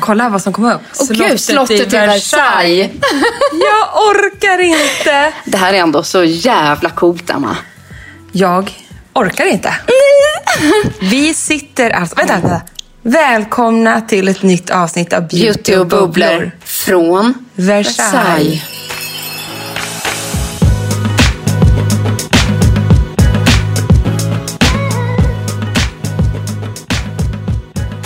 Kolla vad som kom upp. Åh gud, slottet i Versailles. Jag orkar inte. Det här är ändå så jävla coolt, Emma. Jag orkar inte. Vi sitter alltså... Vänta, vänta. Välkomna till ett nytt avsnitt av Beauty och bubblor från Versailles. Versailles.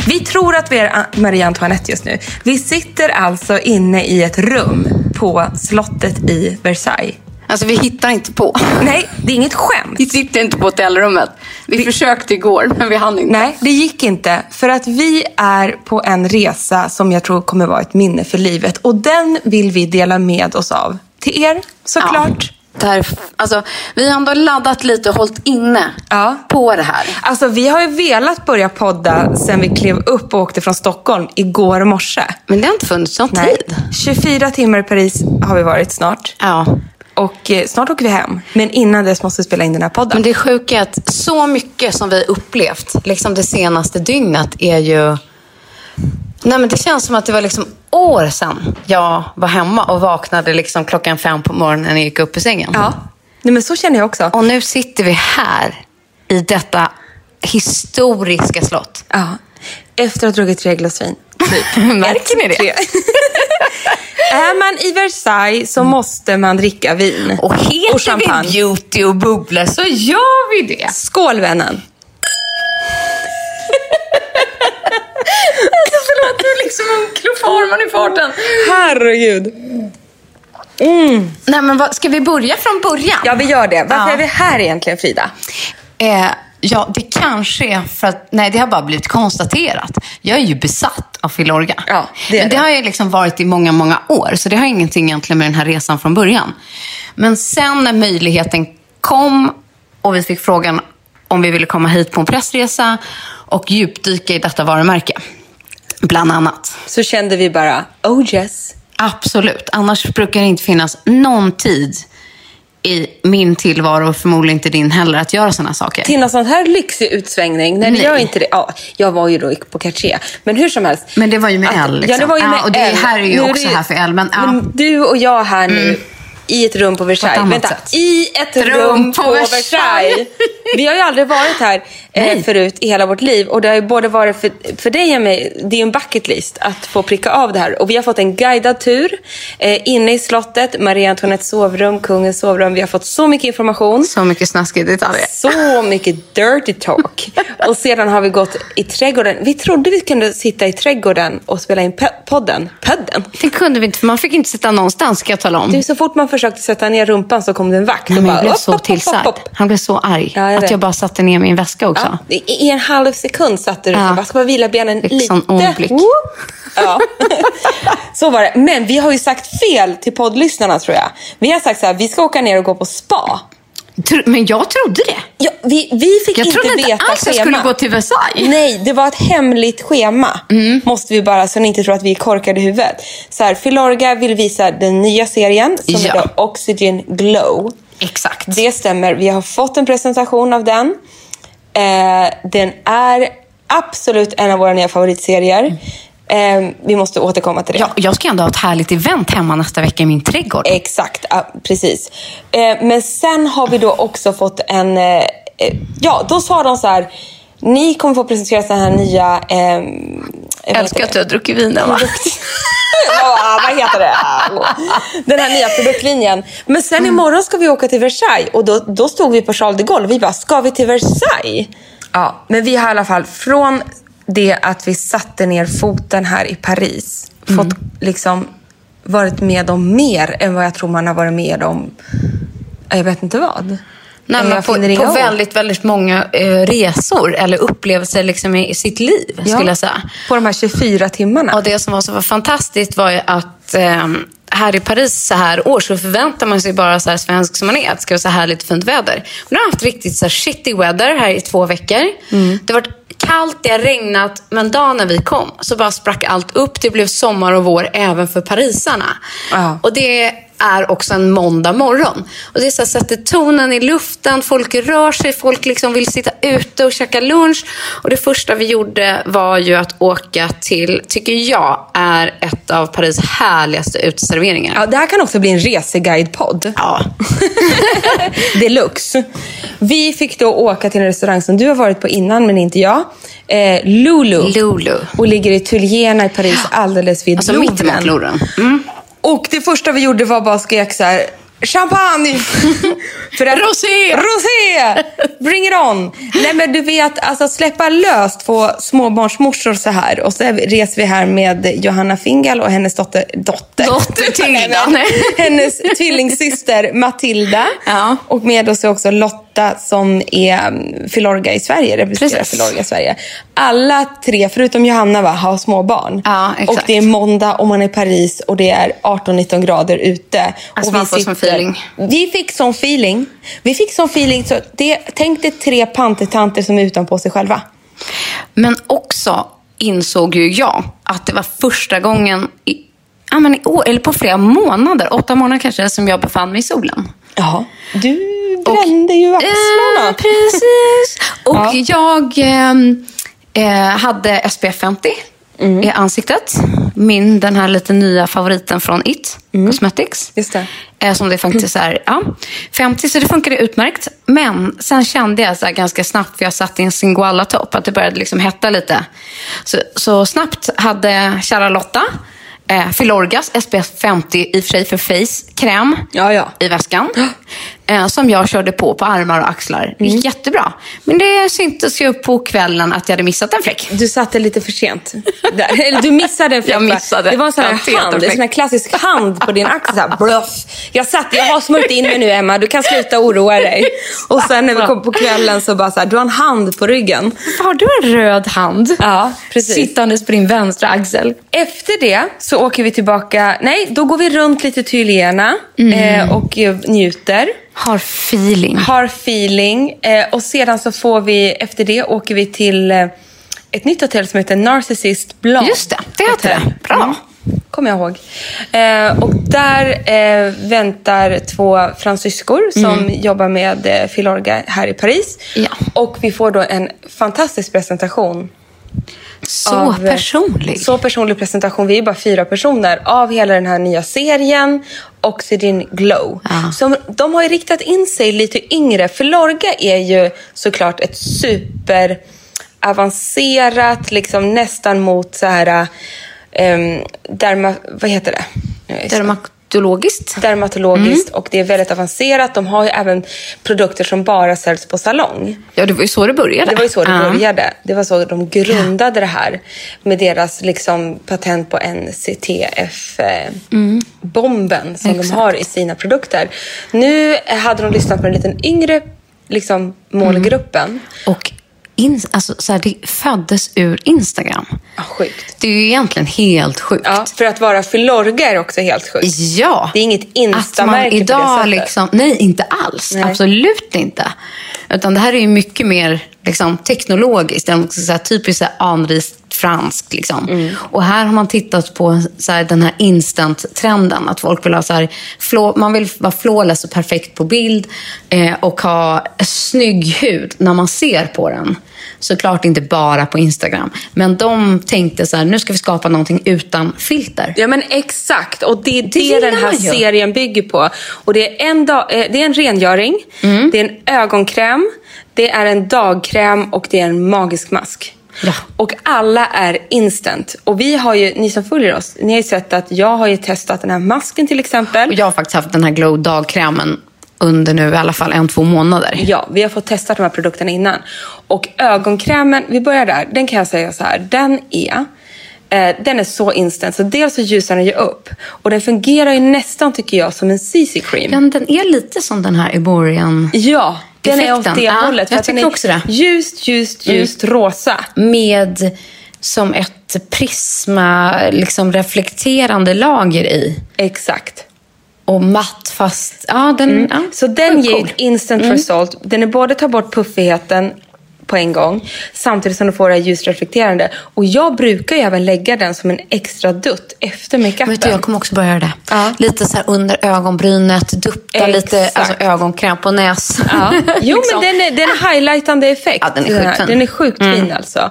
Vi tror att vi är An- Marie Antoinette just nu. Vi sitter alltså inne i ett rum på slottet i Versailles. Alltså, vi hittar inte på. Nej, det är inget skämt. Vi sitter inte på hotellrummet. Vi, försökte igår, men vi hann inte. Nej, det gick inte. För att vi är på en resa som jag tror kommer vara ett minne för livet. Och den vill vi dela med oss av till er såklart. Ja, det här, är f- alltså, vi har ändå laddat lite och hållit inne Ja. på det här. Alltså vi har ju velat börja podda sen vi klev upp och åkte från Stockholm igår morse. Men det har inte funnits någon tid. 24 timmar i Paris har vi varit snart. Ja. Och eh, snart åker vi hem. Men innan dess måste vi spela in den här podden. Men det sjuka är att så mycket som vi upplevt liksom det senaste dygnet är ju... Nej, men det känns som att det var liksom år sedan jag var hemma och vaknade liksom klockan fem på morgonen när jag gick upp ur sängen. Ja. Nej, men så känner jag också. Och nu sitter vi här i detta historiska slott. Ja. Efter att ha druckit tre glas vin. Märker ni det? Är man i Versailles så måste man dricka vin. Och heter champagne. vi Beauty och bubblor så gör vi det. Skål vännen! Alltså, Förlåt, du är liksom unklofar i farten. Herregud! Nej, men vad, ska vi börja från början? Ja, vi gör det. Varför Ja. är vi här egentligen Frida? Eh, ja, det kanske är för att... Nej, det har bara blivit konstaterat. Jag är ju besatt av filorga. Ja, det är Men det det. har jag liksom varit i många, många år. Så det har ingenting egentligen med den här resan från början. Men sen när möjligheten kom och vi fick frågan om vi ville komma hit på en pressresa och djupdyka i detta varumärke, bland annat. Så kände vi bara, oh yes. Absolut. Annars brukar det inte finnas någon tid i min tillvaro och förmodligen inte din heller att göra sådana saker. Till någon sån här lyxig utsvängning. Nej, det Nej. gör inte det. Ja, jag var ju då i- på Cartier. Men hur som helst. Men det var ju med L, liksom. Ja, det var ju Ja, med och det L. här är ju Nu också här för L, men, ja. Mm. men du och jag här nu i ett rum på Versailles. annat Vänta, sätt. i ett Rum rum, på på, Versailles. Versailles. Vi har ju aldrig varit här eh, förut i hela vårt liv. Och det har ju både varit för, för dig och mig, det är ju en bucket list att få pricka av det här. Och vi har fått en guidad tur eh, inne i slottet, Marie Antoinettes sovrum, kungens sovrum. Vi har fått så mycket information. Så mycket snaskig detaljer. Så mycket dirty talk. Och sedan har vi gått i trädgården. Vi trodde vi kunde sitta i trädgården och spela in pe- podden. Podden? Det kunde vi inte, för man fick inte sitta någonstans, ska jag tala om. Du, så fort man försökte sätta ner rumpan så kom det en vakt Nej, och men bara... jag blev upp, så upp, upp, tillsagd. upp, upp. Han blev så arg Ja, jag att vet. jag bara satte ner min väska också. Ja, i- I en halv sekund satte du Ja. ja. bara, ska bara vila benen Fick lite. sån ond blick. Whoop. Ja. så var det. Men vi har ju sagt fel till poddlyssnarna tror jag. Vi har sagt så här, vi ska åka ner och gå på spa. Tro- Men jag trodde det. Ja, vi, vi fick Jag inte trodde veta inte alls jag skulle schemat. gå till Versailles. Nej, det var ett hemligt schema. Måste vi bara, så ni inte tror att vi är korkade i huvudet. Så här, Filorga vill visa den nya serien som Ja. heter Oxygen Glow. Exakt. Det stämmer. Vi har fått en presentation av den. Eh, den är absolut en av våra nya favoritserier. Eh, vi måste återkomma till det. Jag, jag ska ändå ha ett härligt event hemma nästa vecka i min trädgård. Exakt, ja, precis. Eh, men sen har vi då också fått en... Eh, eh, ja, då sa de så här. Ni kommer få presentera den här nya... Eh, Jag älskar att du har druckit vin Emma. Ja, vad heter det? Den här nya produktlinjen. Men sen imorgon ska vi åka till Versailles och då, då stod vi på Charles de Gaulle och vi bara, ska vi till Versailles? Ja, men vi har i alla fall från det att vi satte ner foten här i Paris fått liksom varit med om mer än vad jag tror man har varit med om, jag vet inte vad. Nej, Jag men på, finner inga på ord. väldigt, väldigt många eh, resor eller upplevelser liksom i sitt liv, skulle jag säga. På de här 24 timmarna. Och det som var så fantastiskt var ju att eh, här i Paris så här år så förväntar man sig bara så här svensk som man är att det ska vara så härligt fint väder. Och nu har jag haft riktigt så här shitty weather här i två veckor. Det har varit kallt, det har regnat, men dagen när vi kom så bara sprack allt upp. Det blev sommar och vår även för parisarna. Ja. Och det är också en måndag morgon. Och det är så här, sätter tonen i luften, folk rör sig, folk liksom vill sitta ute och käka lunch. Och det första vi gjorde var ju att åka till, tycker jag, är ett av Paris härligaste uteserveringar. Ja, det här kan också bli en reseguidepodd. Ja. Deluxe. Vi fick då åka till en restaurang som du har varit på innan, men inte jag. Eh, Lulu. Lulu. Och ligger i Tulliena i Paris, alldeles vid Alltså Louvren. mitt Mm. emot Louvren. Och det första vi gjorde var bara att skrek så här, champagne! För att- Rosé! Rosé! Bring it on! Nej men du vet, alltså släppa löst två småbarnsmorsor så här. Och så reser vi här med Johanna Fingal och hennes dotter... Dotter? Dotter Tilda. Nej, men- alltså, hennes tvillingsyster Matilda. Ja. Och med oss är också Lotta som är mm, Filorga i Sverige, representerar Precis. Filorga i Sverige. Alla tre, förutom Johanna, va, har småbarn. Ja, och exakt. det är måndag och man är i Paris och det är 18-19 grader ute. Alltså, och man får sån feeling. Vi fick sån feeling. Vi fick sån feeling. Så det, tänk dig tre pantertanter som är utanpå sig själva. Men också insåg ju jag att det var första gången i, ja, men i år, eller på flera månader, åtta månader kanske, som jag befann mig i solen. Ja, du brände ju axlarna. Eh, precis. Och Ja. jag ehm, eh, hade SPF 50 Mm. i ansiktet. Min, den här lite nya favoriten från IT Cosmetics. Mm. Just det. Eh, som det faktiskt är. Ja, 50, så det funkade utmärkt. Men sen kände jag så här ganska snabbt, för jag satt i en Singoalla-topp, att det började liksom hetta lite. Så, så snabbt hade kära Lotta eh, Filorgas SPF 50, i och för sig för face-kräm Ja, ja. i väskan. Eh, som jag körde på på armar och axlar. Mm. Det gick jättebra. Men det syntes ju på kvällen att jag hade missat en fläck. Du satte lite för sent. Där. Eller du missade en fläck, Jag va? missade. Det var en sån Jag här petade hand, en fläck. sån här klassisk hand på din axel. Så här, bluff. Jag satt, jag har smörjt in mig nu Emma, du kan sluta oroa dig. Och sen när vi kom på kvällen så bara så här, du har en hand på ryggen. Har du en röd hand? Ja, precis. Sittandes på din vänstra axel. Efter det så åker vi tillbaka, nej då går vi runt lite Tyléerna eh, och eh, njuter. Har feeling. Har feeling. Eh, och sedan så får vi, efter det åker vi till eh, ett nytt hotell som heter Narcissist Blanc. Just det, det heter Hotell. det. Bra. Kommer jag ihåg. Eh, och där eh, väntar två fransyskor som jobbar med eh, Filorga här i Paris. Mm. Ja. Och vi får då en fantastisk presentation. Så av- eh, personlig. Så personlig presentation. Vi är bara fyra personer av hela den här nya serien och Céline Glow. Ja. Som, de har ju riktat in sig lite yngre. För Lorga är ju såklart ett super avancerat, liksom nästan mot så här... Um, derma, vad heter det? Eh, Dermatologiskt. Dermatologiskt Mm. och det är väldigt avancerat. De har ju även produkter som bara säljs på salong. Ja, det var ju så det började. Det var ju så det Ja. började. Det var så de grundade det här med deras liksom, patent på NCTF-bomben som de har i sina produkter. Nu hade de lyssnat på den liten yngre liksom, målgruppen. Och in, alltså, så här, det föddes ur Instagram. Ah, sjukt. Det är ju egentligen helt sjukt. Ja, för att vara filorga är också helt sjukt. Ja. Det är inget Att instamärke man idag på det sättet. liksom, nej inte alls. Nej. Absolut inte. Utan det här är ju mycket mer liksom, teknologiskt. Än, så här, typiskt så här, anrikt franskt. Liksom. Mm. Och här har man tittat på så här, den här instant-trenden. Att folk vill ha så här, flå, man vill vara flawless och perfekt på bild eh, och ha snygg hud när man ser på den. Såklart inte bara på Instagram. Men de tänkte så här, nu ska vi skapa någonting utan filter. Ja men exakt och det är det, gillar den här man ju. serien bygger på. Och det är en, dag, eh, det är en rengöring, Mm. det är en ögonkräm, det är en dagkräm och det är en magisk mask. Ja. Och alla är instant. Och vi har ju, ni som följer oss, ni har ju sett att jag har ju testat den här masken till exempel. Och jag har faktiskt haft den här glow dagkrämen under nu i alla fall en, två månader. Ja, vi har fått testa de här produkterna innan. Och ögonkrämen, vi börjar där. Den kan jag säga så här, den är eh, den är så instant, så dels så ljusar den ju upp och den fungerar ju nästan tycker jag som en CC-cream. Men den är lite som den här Iborian. Ja, den är åt Effekten, det ja, hållet. för jag att den tycker är också det. Mm. Ljust, ljust, ljust rosa. Med som ett prisma, liksom reflekterande lager i. Exakt. Och matt fast... Ja, den... Ja, Mm. Så den ger cool. ett instant Mm. result. Den är både tar bort puffigheten på en gång samtidigt som du får det här ljusreflekterande. Och jag brukar ju även lägga den som en extra dutt efter Vet du, makeupen. jag kommer också börja göra det. Ja. Lite så här under ögonbrynet, dutta lite Exakt. alltså, ögonkräm på näsan. Ja. Jo, men Liksom. den är, den är highlightande effekt. Ja, den är Mm. här. sjukt fin. Den är sjukt fin alltså.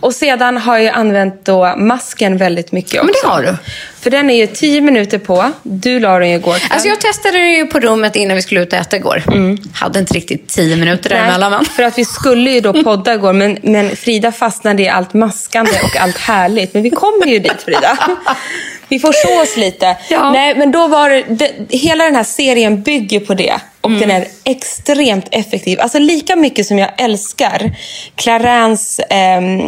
Och sedan har jag använt då masken väldigt mycket också. men det har du. För den är ju 10 minuter på. Du la den ju igår kväll. Alltså jag testade det ju på rummet innan vi skulle ut och äta igår. Hade inte riktigt tio minuter däremellan. va? Mm. Nej, för att vi skulle ju då podda igår, men, men Frida fastnade i allt maskande och allt härligt. Men vi kommer ju dit Frida. Vi får så oss lite. Ja. Nej, men då var det, det, hela den här serien bygger på det. Och den Mm. är extremt effektiv. Alltså lika mycket som jag älskar Clarins ehm,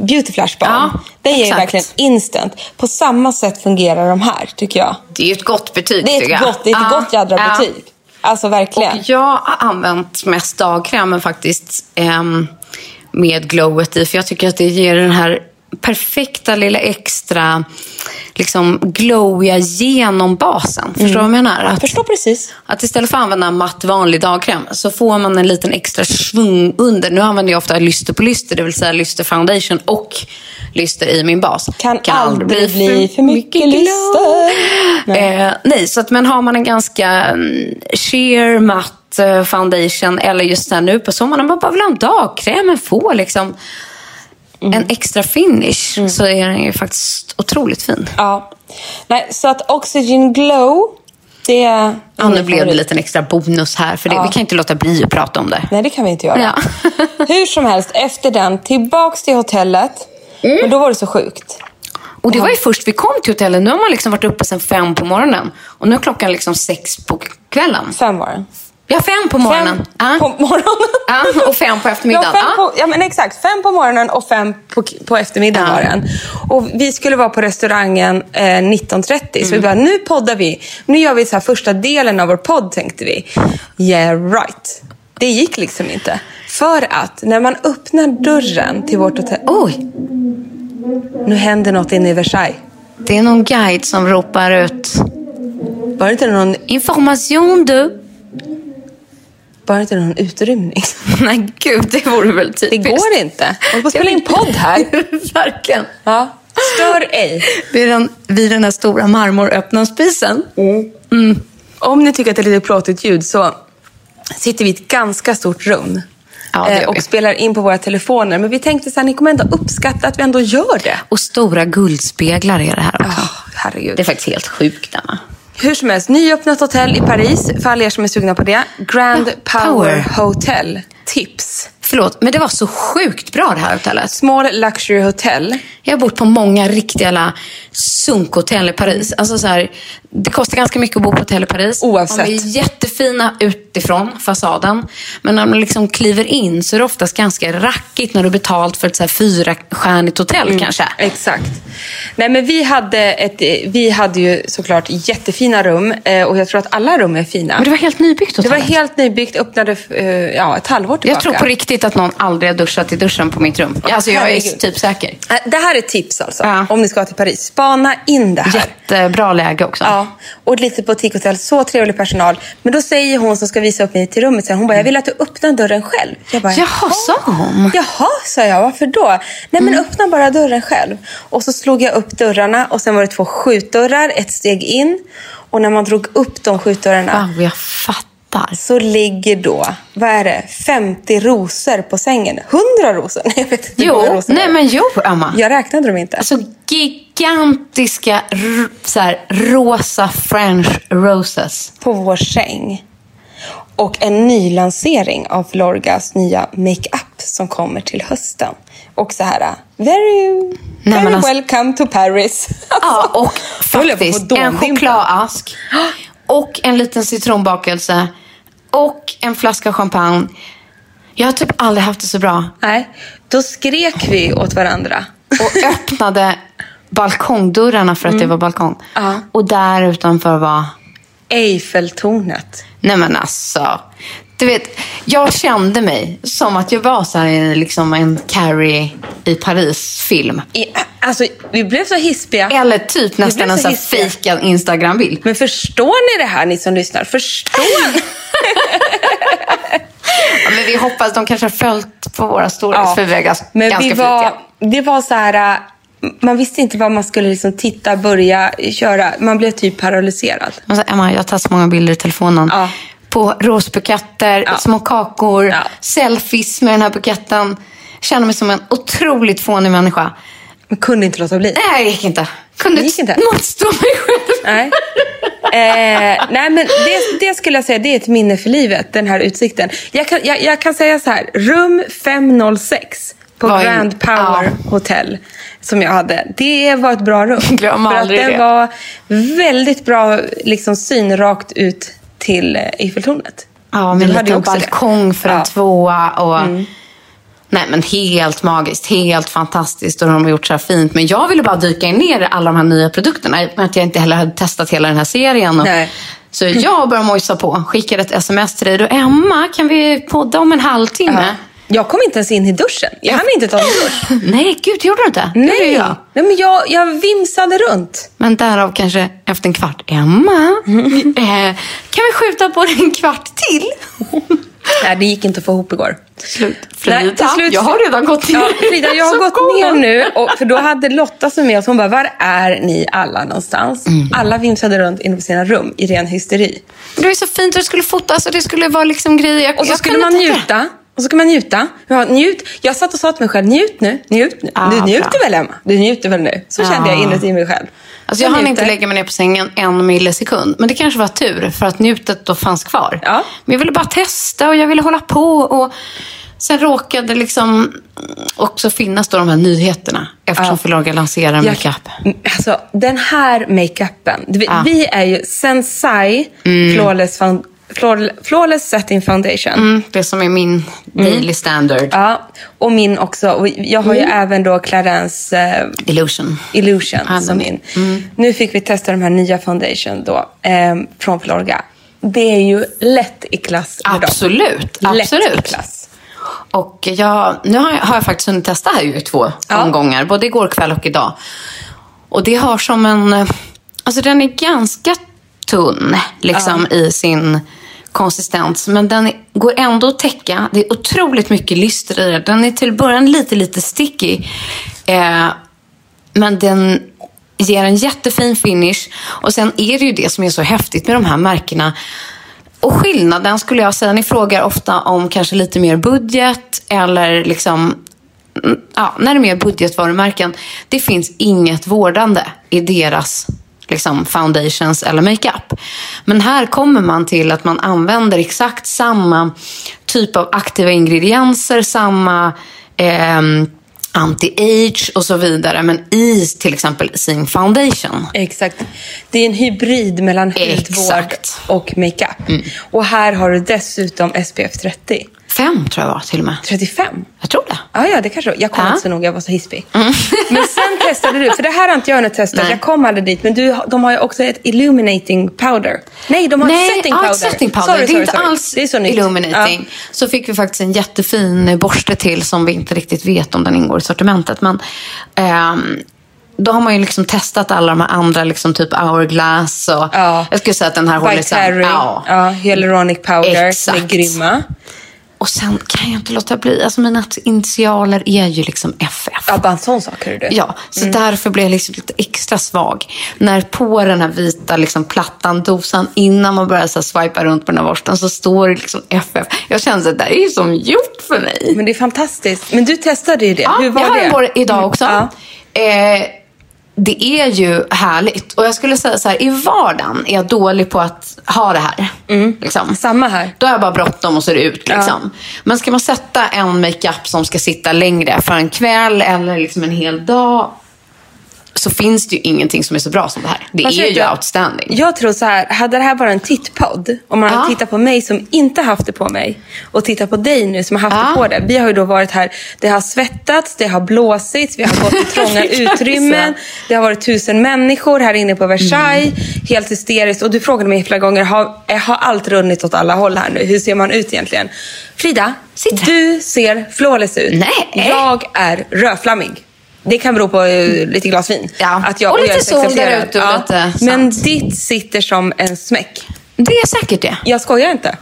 Beauty Flash Balm. Ja, den ger ju exakt. verkligen instant. På samma sätt fungerar de här tycker jag. Det är ju ett gott betyg Det är tycker ett jag. gott, det är ett Ja, gott jädra ja. betyg. Alltså verkligen. Och jag har använt mest dagkrämen faktiskt ehm, med glowet i. För jag tycker att det ger den här perfekta lilla extra liksom glowiga genom basen. Förstår du vad jag menar? Att, Mm. Förstår precis. Att istället för att använda matt vanlig dagkräm så får man en liten extra svung under. Nu använder jag ofta lyster på lyster, det vill säga lyster foundation och lyster i min bas. Kan aldrig bli för mycket glow. lyster. Eh, nej, så att, men har man en ganska mm, sheer matt eh, foundation eller just här nu på sommaren, man bara vill ha en dagkräm, men få liksom Mm. en extra finish så är den ju faktiskt otroligt fin. Ja. Nej, så att Oxygen Glow, det är... Ja, nu blev det en liten extra bonus här, för det, vi kan inte låta bli att prata om det. Nej, det kan vi inte göra. Ja. Hur som helst, efter den, tillbaks till hotellet. Men då var det så sjukt. Och det var ju först vi kom till hotellet. Nu har man liksom varit uppe sedan fem på morgonen. Och nu är klockan liksom sex på kvällen. Fem var det. Ja, fem på Fem morgonen. Ja. på morgonen. Ja, och fem på eftermiddagen. Ja, fem Ja. på, ja, men exakt. Fem på morgonen och fem på, på eftermiddagen Ja. var den. Och vi skulle vara på restaurangen eh, 19.30, så Mm. vi bara, nu poddar vi. Nu gör vi så här första delen av vår podd, tänkte vi. Yeah right. Det gick liksom inte. För att när man öppnar dörren till vårt hotell... Oj, Nu händer något inne i Versailles. det är någon guide som ropar ut. Var det inte någon, Information du. var det inte någon utrymning? Nej, gud, det vore väl typiskt. Det går inte. Jag håller på att spela in podd här. Verkligen. Ja. Stör ej. Vid den, vid den här stora marmoröppna spisen. Om ni tycker att det är lite plåtigt ljud så sitter vi i ett ganska stort rum. Ja, det Eh, gör vi. och spelar in på våra telefoner. Men vi tänkte så här, ni kommer ändå uppskatta att vi ändå gör det. Och stora guldspeglar är det här också. Oh, herregud. Det är faktiskt helt sjukt, Anna. Hur som helst, nyöppnat hotell i Paris. För alla er som är sugna på det. Grand Ja, Power, Power. Hotel. Tips. Förlåt, men det var så sjukt bra det här hotellet. Small Luxury Hotel. Jag har bott på många riktiga jävla sunkhotell i Paris. Alltså så här, det kostar ganska mycket att bo på hotell i Paris. Oavsett. De är jättefina utifrån fasaden. Men när man liksom kliver in så är det oftast ganska rackigt när du har betalt för ett så här fyrastjärnigt hotell Mm. kanske. Exakt. Nej, men vi, hade ett, eh, vi hade ju såklart jättefina rum eh, och jag tror att alla rum är fina. Men det var helt nybyggt Det var hotellet. helt nybyggt, öppnade eh, ja, ett halvår tillbaka. Jag tror på riktigt mysigt att någon aldrig har duschat i duschen på mitt rum. Alltså jag är Herregud. typ säker. Äh, Det här är tips alltså, Ja. om ni ska till Paris. Spana in det här. Jättebra läge också. Ja, och lite butikhotell. Så trevlig personal. Men då säger hon som ska visa upp mig till rummet, så här, hon bara, jag vill att du öppnar dörren själv. Jag bara, Jaha, sa hon. Jaha, sa jag. Varför då? Nej, men Mm. öppna bara dörren själv. Och så slog jag upp dörrarna och sen var det två skjutdörrar, ett steg in. Och när man drog upp de skjutdörrarna Wow, jag fattar. så ligger då, vad är det, 50 rosor på sängen. 100 rosor? Nej, jag vet inte hur många Jo, rosor det nej var. men jo, Emma. Jag räknade dem inte. Alltså gigantiska r- så här, rosa french roses. på vår säng. Och en nylansering av Lorgas nya makeup som kommer till hösten. Och så här, very, men very alltså- welcome to Paris. Ja, Alltså, jag höll och på att få faktiskt en dåndimpa. chokladask. Och en liten citronbakelse. Och en flaska champagne. Jag har typ aldrig haft det så bra. Nej, då skrek vi åt varandra. Och öppnade balkongdörrarna för att det var balkong. Ja. Och där utanför var... Eiffeltornet. Nej men alltså. Du vet, jag kände mig som att jag var så här, i liksom en Carrie i Paris-film. I, alltså, vi blev så hispiga. Eller typ nästan blev en så sån här hiskig. fejkad Instagram-bild. Men förstår ni det här, ni som lyssnar? Förstår ni? Ja, men vi hoppas de kanske har följt på våra stories, Ja, för vi är gas- men ganska vi flitiga. var, Det var så här... äh, Man visste inte vad man skulle liksom titta, börja, köra. Man blev typ paralyserad. Och så, Emma, jag tar så många bilder i telefonen. Ja. På rosbuketter, Ja. små kakor, Ja. selfies med den här buketten. Känner mig som en otroligt fånig människa. Men kunde inte låta bli. Nej, det gick inte. Kunde Det gick inte. motstå mig själv. Nej. Eh, nej, men det, det skulle jag säga det är ett minne för livet, den här utsikten. Jag kan, jag, jag kan säga så här, rum 506 på Var en- Grand Power Hotel som jag hade. Det var ett bra rum. Glöm för att aldrig det det. var väldigt bra liksom, syn rakt ut till eh, Eiffeltornet. Ja, Du med en hade ju liten också det. balkong för en Ja. Mm. tvåa. Och... Nej, men helt magiskt. Helt fantastiskt. Och de har gjort så här fint. Men jag ville bara dyka ner i alla de här nya produkterna. i och med Att jag inte heller hade testat hela den här serien. Och... Nej. Så jag började mojsa på. Skickade ett sms till dig. Då, Emma, kan vi podda om en halvtimme? Mm. Jag kom inte ens in i duschen. Jag hann inte ta en dusch. Nej, gud, gjorde du inte? Det gjorde Nej, jag. nej men jag, jag vimsade runt. Men därav kanske efter en kvart. Emma, Mm. eh, kan vi skjuta på det en kvart till? Nej, det gick inte att få ihop igår. Slut. Frida, Nej, till slut- jag har redan gått ner. Ja, Frida, jag Så har gått god. ner nu. Och, för då hade Lotta som med oss, hon bara, var är ni alla någonstans? Alla vimsade runt inne på sina rum i ren hysteri. Det var ju så fint och det skulle fotas och det skulle vara liksom grejer. Jag- Och så jag skulle kunde man inte- njuta. Och så kan man njuta. Ja, njut. Jag satt och sa till mig själv, njut nu, njut nu. Ah, du njuter bra. väl Emma? Du njuter väl nu? Så kände jag Ah. inuti mig själv. Alltså jag hann njuter. inte lägga mig ner på sängen en millisekund. Men det kanske var tur, för att njutet då fanns kvar. Ja. Men jag ville bara testa och jag ville hålla på. Och sen råkade liksom också finnas då de här nyheterna. Eftersom Ja. Filorga lanserar en Jag- makeup. Mm, Alltså, den här makeupen. Du vet, Ah. Vi är ju Sensai Flawless, Found- Flaw- Flawless Setting Foundation. Mm, det som är min daily standard. Ja, och min också. Och jag har ju Mm. även då Clarence eh, Illusion. Illusion Ja, Ah, den som är- Mm. min. Nu fick vi testa de här nya foundation då, ehm, från Florga. Det är ju lätt i klass med dem. Lätt Absolut. i absolut. klass. Och jag, nu har jag, har jag faktiskt hunnit testa här ju i två Ja. omgångar, både igår kväll och idag. Och det har som en... eh, Alltså den är ganska tunn liksom i sin konsistens, men den går ändå att täcka. Det är otroligt mycket lyster i den. Den är till början lite, lite sticky. Eh, men den ger en jättefin finish. Och sen är det ju det som är så häftigt med de här märkena. Och skillnaden skulle jag säga, ni frågar ofta om kanske lite mer budget eller liksom mm, Ja, när det är mer budgetvarumärken. Det finns inget vårdande i deras liksom, foundations eller makeup. Men här kommer man till att man använder exakt samma typ av aktiva ingredienser, samma ehm, anti-age och så vidare. Men i till exempel sin foundation. Exakt. Det är en hybrid mellan hudvård Exakt. Mm. och makeup. Och här har du dessutom SPF 30. Fem tror jag var till och med. 35? Jag tror det. Ah, Ja, ja, det kanske Jag kom Ja. inte så noga, jag var så hispig. men sen testade du, för det här har inte jag ännu testat. Mm. Nej. Jag kom aldrig dit, men du, de har ju också ett illuminating powder. Nej, de har Nej, ett setting ja, powder. ett setting powder. Sorry, det är sorry, inte sorry. alls Det är så nytt. illuminating. Så fick vi faktiskt en jättefin borste till som vi inte riktigt vet om den ingår i sortimentet. Men ehm, då har man ju liksom testat alla de här andra, liksom typ hourglass och... Ja. Jag skulle säga att den här Ja. By håller... liksom- Terry, ja. ja, hyaluronic powder, som är Exakt. grymma. Och sen kan jag inte låta bli. Alltså mina initialer är ju liksom FF. Ja, bara en sån sak, hör du. Ja, så därför blev jag liksom lite extra svag. När på den här vita liksom, plattan, dosan, innan man börjar så här, swipa runt på den här borsten så står det liksom FF. Jag kände så här, det där är ju som gjort för mig. Men det är fantastiskt. Men du testade ju det. Ja, Hur var jag har det? Mm. en borr idag också. Ja. Eh, det är ju härligt. Och jag skulle säga så här, i vardagen är jag dålig på att ha det här. Liksom. Mm. Samma här. Då har jag bara bråttom och ser ut. Liksom. Men ska man sätta en makeup som ska sitta längre för en kväll eller liksom en hel dag så finns det ju ingenting som är så bra som det här. Det Fast är vet ju du, outstanding. Jag tror så här, hade det här varit en tittpodd, om man hade Ja. tittat på mig som inte haft det på mig och tittat på dig nu som har haft Ja. det på dig. Vi har ju då varit här, det har svettats, det har blåsits, vi har gått i trånga Det kan utrymmen, vi det har varit tusen människor här inne på Versailles, Mm. helt hysteriskt. Och du frågade mig flera gånger, har, eh, har allt runnit åt alla håll här nu? Hur ser man ut egentligen? Frida, Sitt här. du ser flawless ut. Nej. Jag är rödflammig. Det kan bero på eh, lite glas vin. Ja. Att jag, Och lite jag är sol där sexualiserad. ute och lite Men sant. ditt sitter som en smäck. Det är säkert det. Jag skojar inte.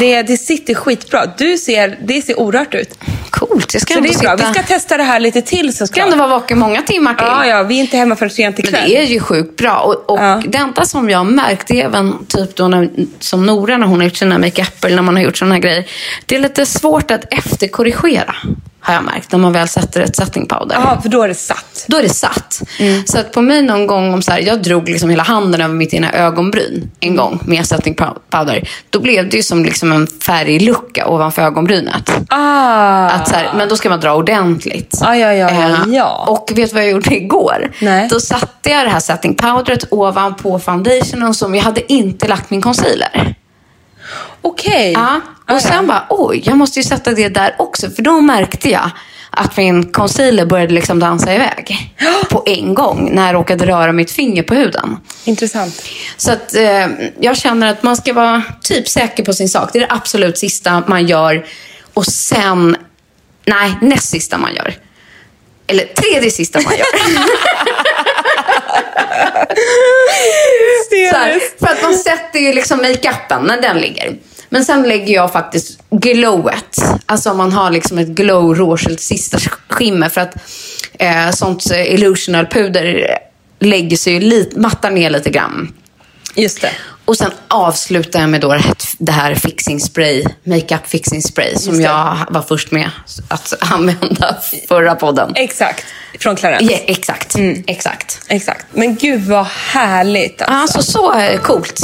Det, det sitter skitbra. Du ser, det ser orört ut. Coolt. Jag ska Så ändå det är bra. sitta... Vi ska testa det här lite till så ska ändå vara vaken många timmar till. Ja, ja, vi är inte hemma förrän sent ikväll. Men det är ju sjukt bra. Och, och Ja. det enda som jag har märkt, det är även typ då när, som Nora när hon har gjort sina makeup eller när man har gjort sådana här grejer. Det är lite svårt att efterkorrigera, har jag märkt, när man väl sätter ett setting powder. Ja, för då är det satt. Då är det satt. Så att på mig någon gång, om så här, jag drog liksom hela handen över mitt ena ögonbryn en gång med setting pow- powder. Då blev det ju som liksom en färglucka ovanför ögonbrynet. Ah. Att så här, men då ska man dra ordentligt. Ja, ja, ja, ja, Eh, ja. Och vet du vad jag gjorde igår? Nej. Då satte jag det här setting powderet ovanpå foundationen som jag hade inte lagt min concealer. Okej. Ja. Ah, Och sen bara, oj, jag måste ju sätta det där också. För då märkte jag att min concealer började liksom dansa iväg. På en gång, när jag råkade röra mitt finger på huden. Intressant. Så att, eh, jag känner att man ska vara typ säker på sin sak. Det är det absolut sista man gör. Och sen, nej, näst sista man gör. Eller tredje sista man gör. Så här, för att man sätter ju liksom makeupen när den ligger. Men sen lägger jag faktiskt glowet. Alltså om man har liksom ett glow rouge eller sista skimmer. För att eh, sånt eh, illusional puder lägger sig ju lite, mattar ner lite grann. Just det. Och sen avslutar jag med då det- det här fixing spray, makeup fixing spray som Just det. jag var först med att använda förra podden. Exakt. Från Clarence. Ja, exakt, Mm. exakt. Exakt. Men gud vad härligt alltså. Alltså så eh, coolt.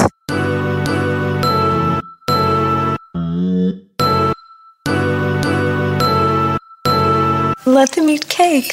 Let them eat cake.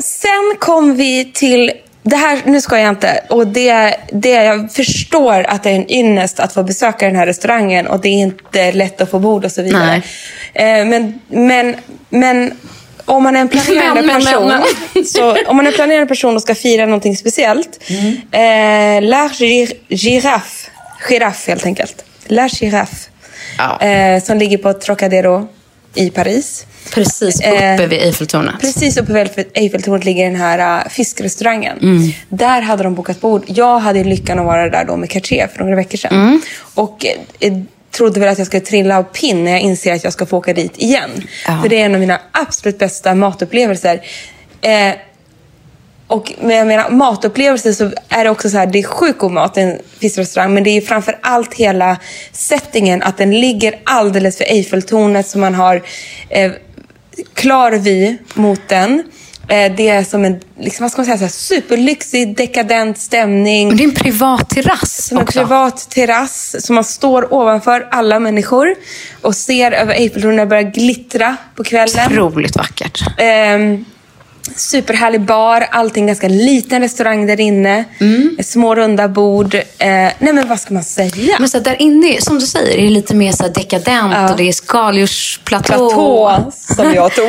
sen kom vi till... Det här, nu ska jag inte. Och det, det, jag förstår att det är en ynnest att få besöka den här restaurangen och det är inte lätt att få bord och så vidare. Eh, men, men, men om man är en planerande Men, men, Mm. person, Så, om man är en planerande person och ska fira någonting speciellt. Eh, la gir, giraffe, giraff helt enkelt. La giraffe. Ja. Eh, som ligger på Trocadero i Paris. Precis Eh, uppe vid Eiffeltornet. Precis uppe vid Eiffeltornet ligger den här äh, fiskrestaurangen. Mm. Där hade de bokat bord. Jag hade ju lyckan att vara där då med Cartier för några veckor sedan. Mm. Och eh, trodde väl att jag skulle trilla av pinn när jag inser att jag ska få åka dit igen. Ja. För det är en av mina absolut bästa matupplevelser. Eh, och men jag menar, matupplevelser så är det också så här, det är sjukt god mat i en fiskrestaurang. Men det är framför allt hela settingen, att den ligger alldeles för Eiffeltornet så man har eh, klar vy mot den. Eh, det är som en, liksom, vad ska man säga, så här, superlyxig, dekadent stämning. Men det är en privat terrass Som en också. privat terrass som man står ovanför alla människor och ser över Eiffeltornet börja glittra på kvällen. Otroligt vackert. Ehm, superhärlig bar, allting ganska liten restaurang där inne. Mm. Små runda bord. Eh, nej men vad ska man säga? Men så här, där inne, som du säger, är det lite mer så här dekadent och det är skaldjursplatå. Platå som jag tog.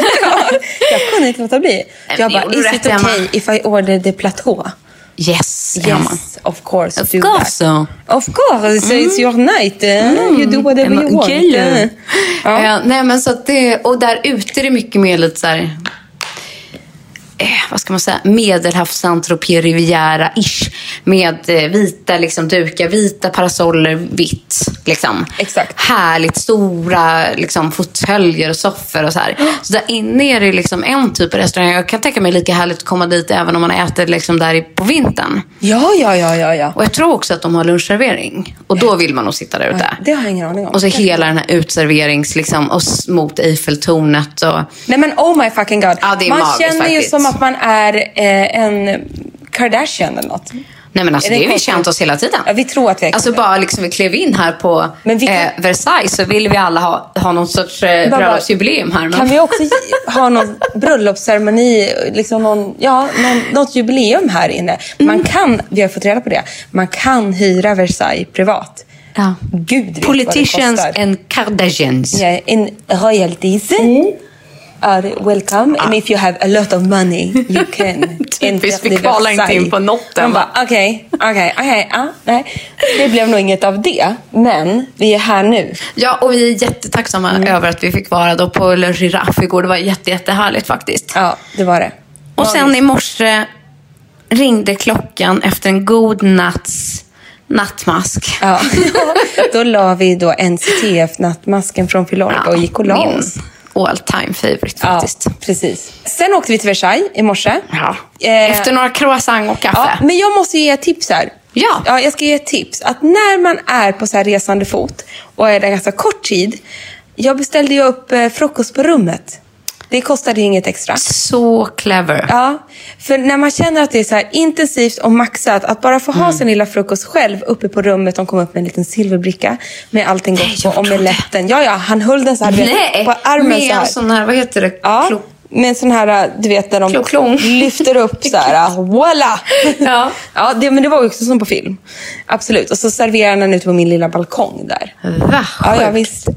Ja, jag kunde inte låta bli. men Jag bara, gjorde is rätt, it okay Emma." if I order the platå? Yes, Emma. Yes, of course. Of do course that. so. Of course, it's your night. eh? You do whatever Mm. Emma, you want. okay. eh? Ja. Eh, nej, men så att det, och där ute är det mycket mer lite så här, eh, vad ska man säga, medelhavs riviera ish Med eh, vita liksom, dukar, vita parasoller, vitt. Liksom. Exakt. Härligt stora liksom, fåtöljer och soffor och så här. Mm. Så där inne är det liksom en typ av restaurang. Jag kan tänka mig lika härligt att komma dit även om man äter liksom, där i- på vintern. Ja, ja, ja, ja, ja. Och jag tror också att de har lunchservering. Och då vill man nog sitta där ute. Det har jag ingen aning om. Och så hela den här utserverings, liksom, och s- mot Eiffeltornet och... Nej men oh my fucking god. Ja, det är man magiskt känner ju faktiskt. som att man är eh, en Kardashian eller något. Nej men alltså Är det det har vi konstigt? känt oss hela tiden. Ja, vi tror att vi är Alltså bara liksom vi klev in här på Men vi kan- eh, Versailles så ville vi alla ha, ha någon sorts eh, Bara- bröllopsjubileum här. Men... Kan vi också ge- ha någon bröllopsceremoni, liksom någon, ja, någon, något jubileum här inne? Man Mm. kan, vi har fått reda på det, man kan hyra Versailles privat. Ja. Gud vet Politicians vad det kostar. and Kardashians. Yeah, in royalties Mm. are welcome. And if you have a lot of money you can. Typiskt, vi kvalar inte in på något än, Man va? bara okej, okej, okej. ja, nej. Det blev nog inget av det. Men vi är här nu. Ja, och vi är jättetacksamma Mm. över att vi fick vara då på Le Giraffe igår. Det var jätte, jättehärligt faktiskt. Ja, det var det. Och sen i morse ringde klockan efter en god natts nattmask. Ja. då la vi då NCTF-nattmasken från Filorga och gick och la min oss. all time favorite faktiskt. Ja, precis. Sen åkte vi till Versailles i morse. Ja. Eh, Efter några croissant och kaffe. Ja, men jag måste ge ett tips här. Ja. ja. Jag ska ge ett tips. Att när man är på så här resande fot och är där ganska kort tid. Jag beställde ju upp eh, frukost på rummet. Det kostade ju inget extra. Så clever. Ja, för när man känner att det är så här intensivt och maxat, att bara få Mm. ha sin lilla frukost själv uppe på rummet. De kom upp med en liten silverbricka med allting gott på jag och trodde. omeletten. Ja, ja, han höll den så här du vet, Nej, alltså, på armen med så här. en sån här, vad heter det? Ja, Klo- med en sån här, du vet när de Kloklong. lyfter upp så här, voila! Ja. ja det, men det var ju också som på film. Absolut. Och så serverar den ute på min lilla balkong där. Va? Ja, ja, Sjukt. visst. Eh,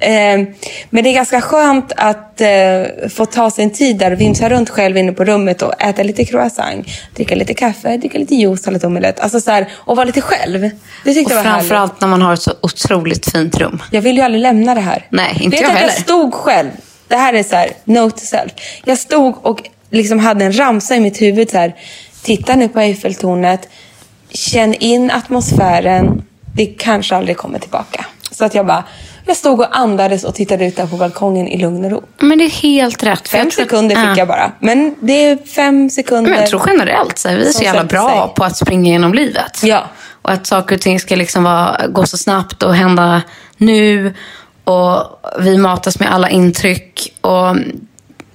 men det är ganska skönt att eh, få ta sin tid där och vimsa runt själv inne på rummet och äta lite croissant, dricka lite kaffe, dricka lite juice, ha lite omelett. Alltså så här, och vara lite själv. Det tyckte Och jag var härligt. framförallt när man har ett så otroligt fint rum. Jag vill ju aldrig lämna det här. Nej, inte Vet jag att heller. Jag stod själv. Det här är så här, note to self. Jag stod och liksom hade en ramsa i mitt huvud så här. Titta nu på Eiffeltornet. Känn in atmosfären. Det kanske aldrig kommer tillbaka. Så att jag bara, jag stod och andades och tittade ut där på balkongen i lugn och ro. Men det är helt rätt. för Fem jag tror att- sekunder Ja. fick jag bara. Men det är fem sekunder. Men jag tror generellt så här, vi är så eh, Som jävla sätter bra sig. på att springa genom livet. Ja. Och att saker och ting ska liksom vara, gå så snabbt och hända nu. Och vi matas med alla intryck. Och som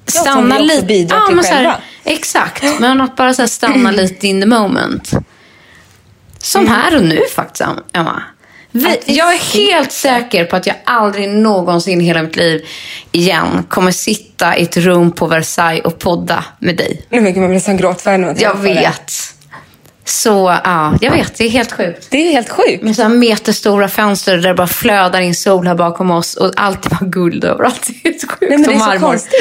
stanna vi också lite. bidrar till men så här, själva. Exakt, men att bara så här stanna lite in the moment. Som Mm. här och nu faktiskt, Emma. Vi, jag är helt säker på att jag aldrig någonsin i hela mitt liv igen kommer sitta i ett rum på versailles och podda med dig. Nu men gud, man blir nästan gråtfärdig när man Jag tänker på det. vet. Så, ja, jag vet. Det är helt sjukt. Det är helt sjukt. Med så här meterstora fönster där det bara flödar in sol här bakom oss och allt är bara guld överallt. Det är helt sjukt. Nej, men Och det är så marmor. konstigt.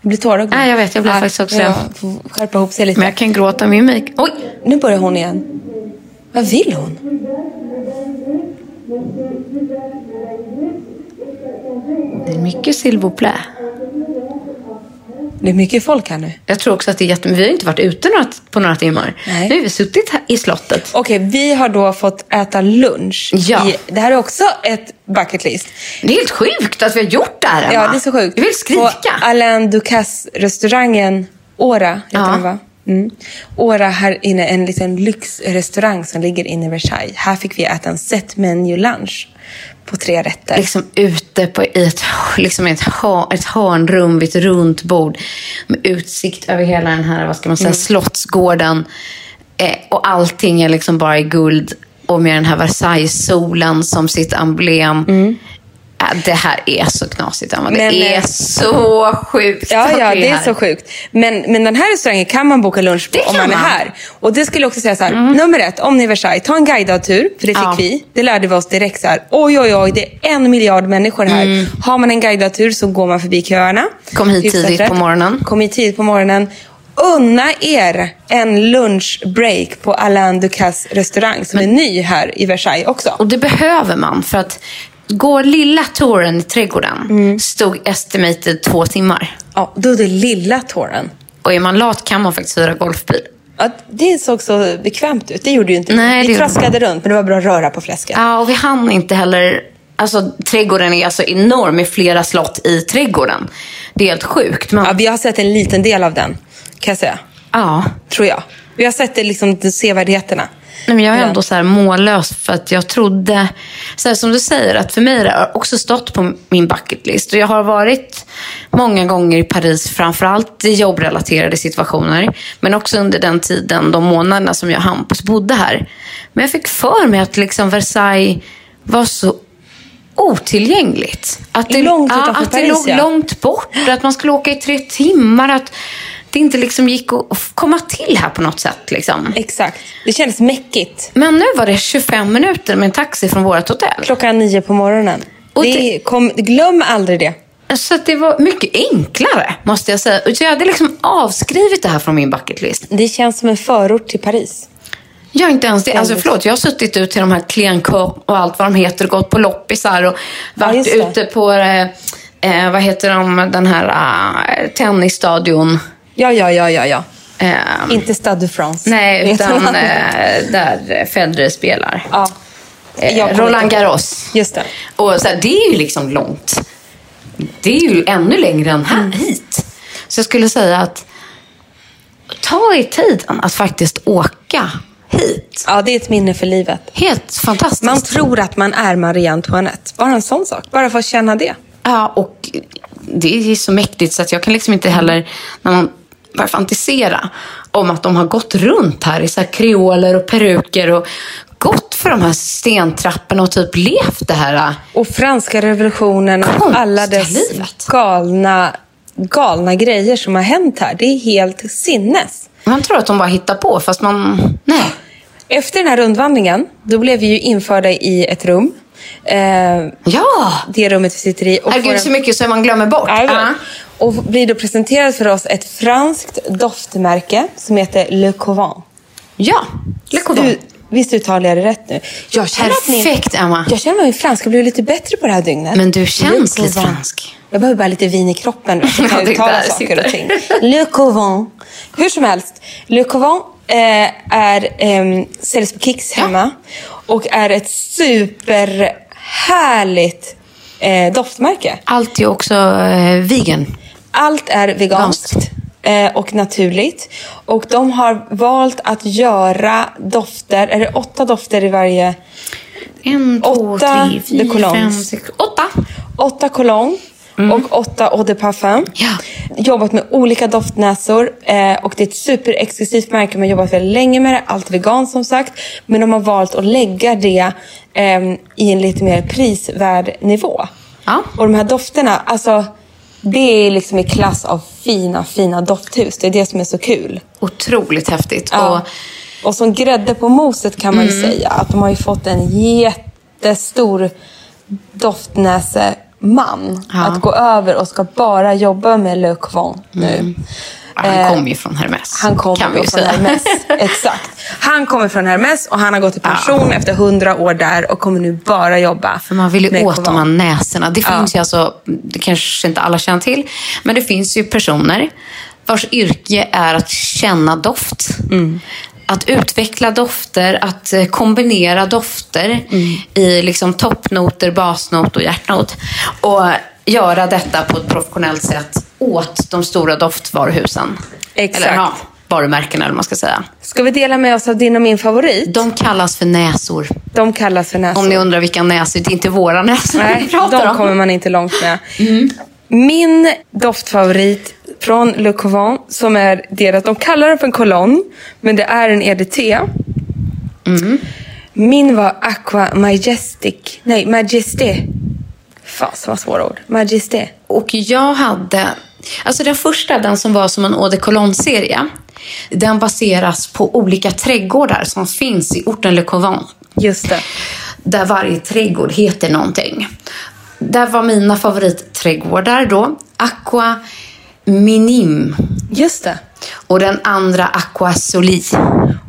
Jag blir tårögd. Nej, jag vet. Jag blir Ja, faktiskt också- ja, får skärpa ihop sig lite. Men jag kan gråta med mig. Oj! Nu börjar hon igen. Vad vill hon? Det är mycket silverplä. Det är mycket folk här nu. Jag tror också att det är jättemycket. Vi har inte varit ute några, på några timmar. Nej. Nu har vi suttit här i slottet. Okej, vi har då fått äta lunch. Ja. I, det här är också ett bucket list. Det är helt sjukt att vi har gjort det här, Emma. Ja, det är så sjukt. Jag vill skrika. På Alain Ducasse-restaurangen Åra, heter Ja. den va? Mm. Åra här inne, en liten lyxrestaurang som ligger inne i Versailles. Här fick vi äta en set menu lunch på tre rätter. liksom ute på, i ett, liksom ett, ha- ett hörnrum vid ett runt bord med utsikt över hela den här vad ska man säga, Mm. slottsgården. Eh, och allting är liksom bara i guld och med den här Versailles-solen som sitt emblem. Eh, Det här är så knasigt, Emma. Det Mm. Men, är eh, så sjukt. Ja, att ja, det är här. så sjukt. Men, men den här restaurangen kan man boka lunch på Det om kan man är man. Mm. här. Och det skulle jag också säga så här, nummer ett, om ni är i Versailles, ta en guidad tur, för det fick Ja. vi. Det lärde vi oss direkt så här, oj, oj, oj, det är en miljard människor här. Har man en guidad tur så går man förbi köerna. Mm. Kom hit Hyfsat tidigt rätt. på morgonen. Kom hit tidigt på morgonen. Unna er en lunchbreak på Alain Ducasse restaurang som är ny här i Versailles också. Och det behöver man för att gå lilla touren i trädgården Mm. stod estimated två timmar. Ja, då är det lilla tåren. Och är man lat kan man faktiskt hyra golfbil. Ja, det såg så bekvämt ut. Det gjorde ju inte vi. Nej, det Vi gjorde traskade runt, men det var bra röra på fläsket. Ja, och vi hann inte heller... Alltså, trädgården är alltså enorm med flera slott i trädgården. Det är helt sjukt. Men, Ja, ja. vi har sett en liten del av den, kan jag säga. Tror jag. Vi har sett det, liksom, de sevärdheterna. Nej, men jag är Ja. ändå så här mållös för att jag trodde... Så här, som du säger, att för mig har det har också stått på min bucket list. Och jag har varit många gånger i Paris, framförallt i jobbrelaterade situationer. Men också under den tiden, de månaderna som jag och Hampus bodde här. Men jag fick för mig att liksom Versailles var så otillgängligt. Att det, Långt ja, utanför att det Paris, låg ja. långt bort, att man skulle åka i tre timmar. Att det inte liksom gick att f- komma till här på något sätt. Liksom. Exakt. Det kändes mäckigt. Men nu var det 25 minuter med en taxi från vårt hotell. Klockan nio på morgonen. Och det... Kom, glöm aldrig det. Så att det var mycket enklare, måste jag säga. Och Så jag hade liksom avskrivit det här från min bucket list. Det känns som en förort till Paris. Jag har inte ens det. Alltså förlåt, jag har suttit ut till de här Klenko och allt vad de heter och gått på loppisar och varit just det. ute på, eh, eh, vad heter de, den här eh, tennisstadion. Ja, ja, ja, ja. ja. Ehm, Inte Stade de France. Nej, Vet utan man. eh, där Federer spelar. ja. Eh, Jag kommer Roland inte- Garros. Just det. Och så här, det är ju liksom långt. Det är ju ännu längre än här, Mm. hit. Så jag skulle säga att ta er tiden att faktiskt åka hit. Ja, det är ett minne för livet. Helt fantastiskt. Man tror att man är Marie Antoinette. Bara en sån sak. Bara för att känna det. Ja, och det är så mäktigt så att jag kan liksom inte heller när man börjar fantisera om att de har gått runt här i så här kreoler och peruker och gått för de här stentrapporna och typ levt det här. Och franska revolutionen och Konst alla dess i livet. galna, galna grejer som har hänt här. Det är helt sinnes. Man tror att de bara hittar på fast man... Nej. Efter den här rundvandringen, då blev vi ju införda i ett rum. Eh, Ja! det rummet vi sitter i. Och, får Herregud, en- så mycket så man glömmer bort. Ja, jag vet. Ja. och blir då presenterad för oss ett franskt doftmärke som heter Le Couvent. Ja, Le Couvent. Du, visst uttalar jag det rätt nu? Jag känner att min- Perfekt, Emma. Jag känner att min franska blev lite bättre på det här dygnet. Men du känns Le lite Couvent. fransk. Jag behöver bara lite vin i kroppen nu, så Ja, kan jag det är uttala där saker och ting. sitter. Le Couvent. Hur som helst, Le Couvent eh, är, eh, säljs på Kicks hemma och är ett superhärligt eh, doftmärke. Allt är också eh, vegan. Allt är veganskt eh, och naturligt. Och de har valt att göra dofter, är det åtta dofter i varje? En, två, Åtta tre, Le fyra, Colons. fem, sex, åtta. Åtta cologne och åtta eau de parfum. Mm. Ja. jobbat med olika doftnäsor eh, och det är ett superexklusivt märke. Man har jobbat väldigt länge med det, allt vegan som sagt. Men de har valt att lägga det eh, i en lite mer prisvärd nivå. Ja. Och de här dofterna, alltså det är liksom i klass av fina, fina dofthus. Det är det som är så kul. Otroligt häftigt. Ja. Och Och som grädde på moset kan man ju Mm. säga att de har ju fått en jättestor doftnäseman Ja. att gå över och ska bara jobba med Le Couvent nu. Eh, Mm. han kom ju från Hermes. han kommer kan vi ju från säga. Hermes. Exakt. Han kommer från Hermes och han har gått i pension efter hundra år där och kommer nu bara jobba För man vill med ju åt de Couvent. här näsorna. Det Ja. finns ju alltså, det kanske inte alla känner till, men det finns ju personer vars yrke är att känna doft. Mm. Att utveckla dofter, att eh, kombinera dofter Mm. i liksom toppnoter, basnot och hjärtnot. Och göra detta på ett professionellt sätt åt de stora doftvaruhusen. Exakt. Eller ja, varumärkena eller vad man ska säga. Ska vi dela med oss av din och min favorit? De kallas för näsor. De kallas för näsor. Om ni undrar vilka näsor, det är inte våra näsor Nej, vi pratar de om. kommer man inte långt med. Mm. Min doftfavorit från Le Couvent, som är deras, de kallar den för en kolonn, men det är en EDT. Mm. Min var Aqua Majestic, nej Majesté. Fasen vad svåra ord. Majesté. Och jag hade... Alltså den första, den som var som en eau de cologne-serie, den baseras på olika trädgårdar som finns i orten Le Couvent. Just det. Där varje trädgård heter någonting. Där var mina favoritträdgårdar då. Aqua Minim. Just det. Och den andra Aqua Soli.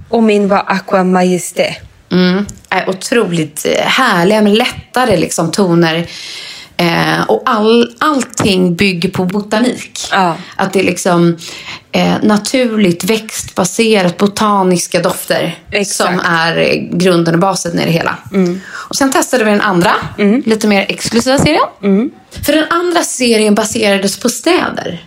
Och min var Aqua Majesté. Mm. Är otroligt eh, härliga, men lättare liksom, toner. Eh, och all, allting bygger på botanik. Ja. Att det är liksom eh, naturligt växtbaserat, botaniska dofter Exakt. Mm. som är eh, grunden och basen i det hela. Och sen testade vi den andra, lite mer exklusiva serien. Mm. För den andra serien baserades på städer.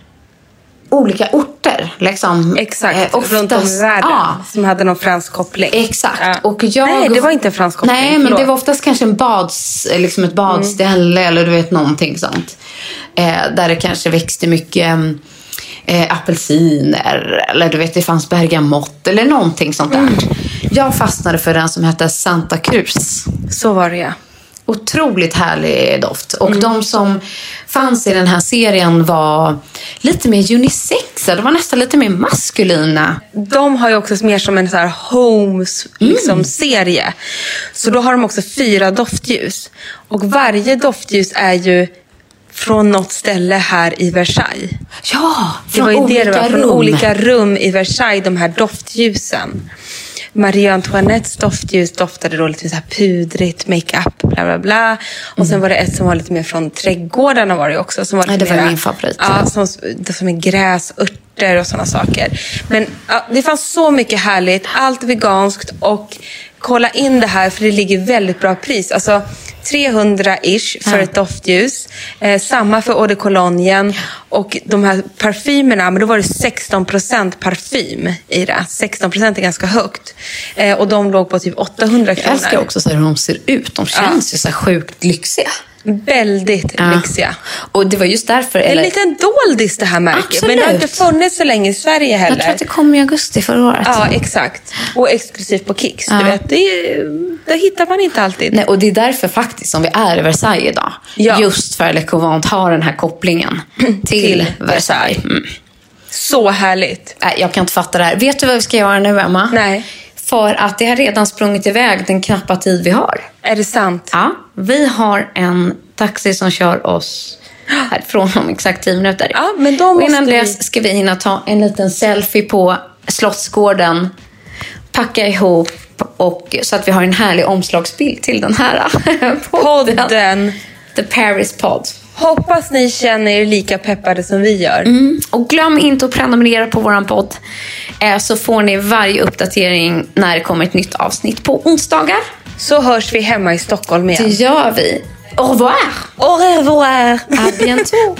Olika orter. Liksom, Exakt. Eh, Runt om i oftast- världen. Ja, Som hade någon fransk koppling. Exakt. Ja. Och jag... Nej, det var inte en fransk koppling. Nej, men det förlåt. Mm. var oftast kanske en bads, liksom ett badställe eller du vet någonting sånt. Eh, där det kanske växte mycket eh, apelsiner eller du vet det fanns bergamott eller någonting sånt Mm. där. Jag fastnade för den som hette Santa Cruz. Så var det ja. Otroligt härlig doft. Och Mm. de som fanns i den här serien var lite mer unisexa. De var nästan lite mer maskulina. De har ju också mer som en så här homes-serie. Mm. Liksom, serie. Så då har de också fyra doftljus. Och varje doftljus är ju från något ställe här i Versailles. Ja, Det från var ju olika det det var, från rum. olika rum i Versailles, de här doftljusen. Marie Antoinettes doftljus doftade då lite så här pudrigt, makeup, bla bla bla. Och sen var det ett som var lite mer från trädgårdarna var det ju också. Som var Mm. Ja, lite det var mera- min favorit. Ja, som, som är gräs, örter och sådana saker. Men ja, det fanns så mycket härligt, allt veganskt och kolla in det här för det ligger väldigt bra pris. Alltså 300-ish för ett doftljus. Eh, samma för Eau de Cologne och de här parfymerna, men då var det 16% parfym i det. 16% är ganska högt. Eh, och de låg på typ 800 Jag kronor. älskar också så här hur de ser ut. De känns ju så här sjukt lyxiga. Väldigt lyxiga. Och det var just därför... Det är Eller, en liten doldis det här märket. Men det har inte Absolut. funnits så länge i Sverige heller. jag tror att det kom i augusti förra året. Ja, exakt. Och exklusivt på Kicks. Du vet, det, är- det hittar man inte alltid. Nej, och det är därför faktiskt som vi är i Versailles idag. Ja. Just för att Le Couvent har den här kopplingen till, Versailles. Mm. Så härligt. Nej, jag kan inte fatta det här. Vet du vad vi ska göra nu, Emma? Nej. För att det har redan sprungit iväg den knappa tid vi har. Är det sant? Ja, vi har en taxi som kör oss härifrån om exakt 10 minuter. Ja, men då Och innan måste vi- dess ska vi hinna ta en liten selfie på Slottsgården, packa ihop och, så att vi har en härlig omslagsbild till den här podden. Podden. The Paris Pod. Hoppas ni känner er lika peppade som vi gör. Och glöm inte att prenumerera på vår podd eh, så får ni varje uppdatering när det kommer ett nytt avsnitt på onsdagar. Så hörs vi hemma i Stockholm Det igen. gör vi. Au revoir! Au revoir! À bientôt!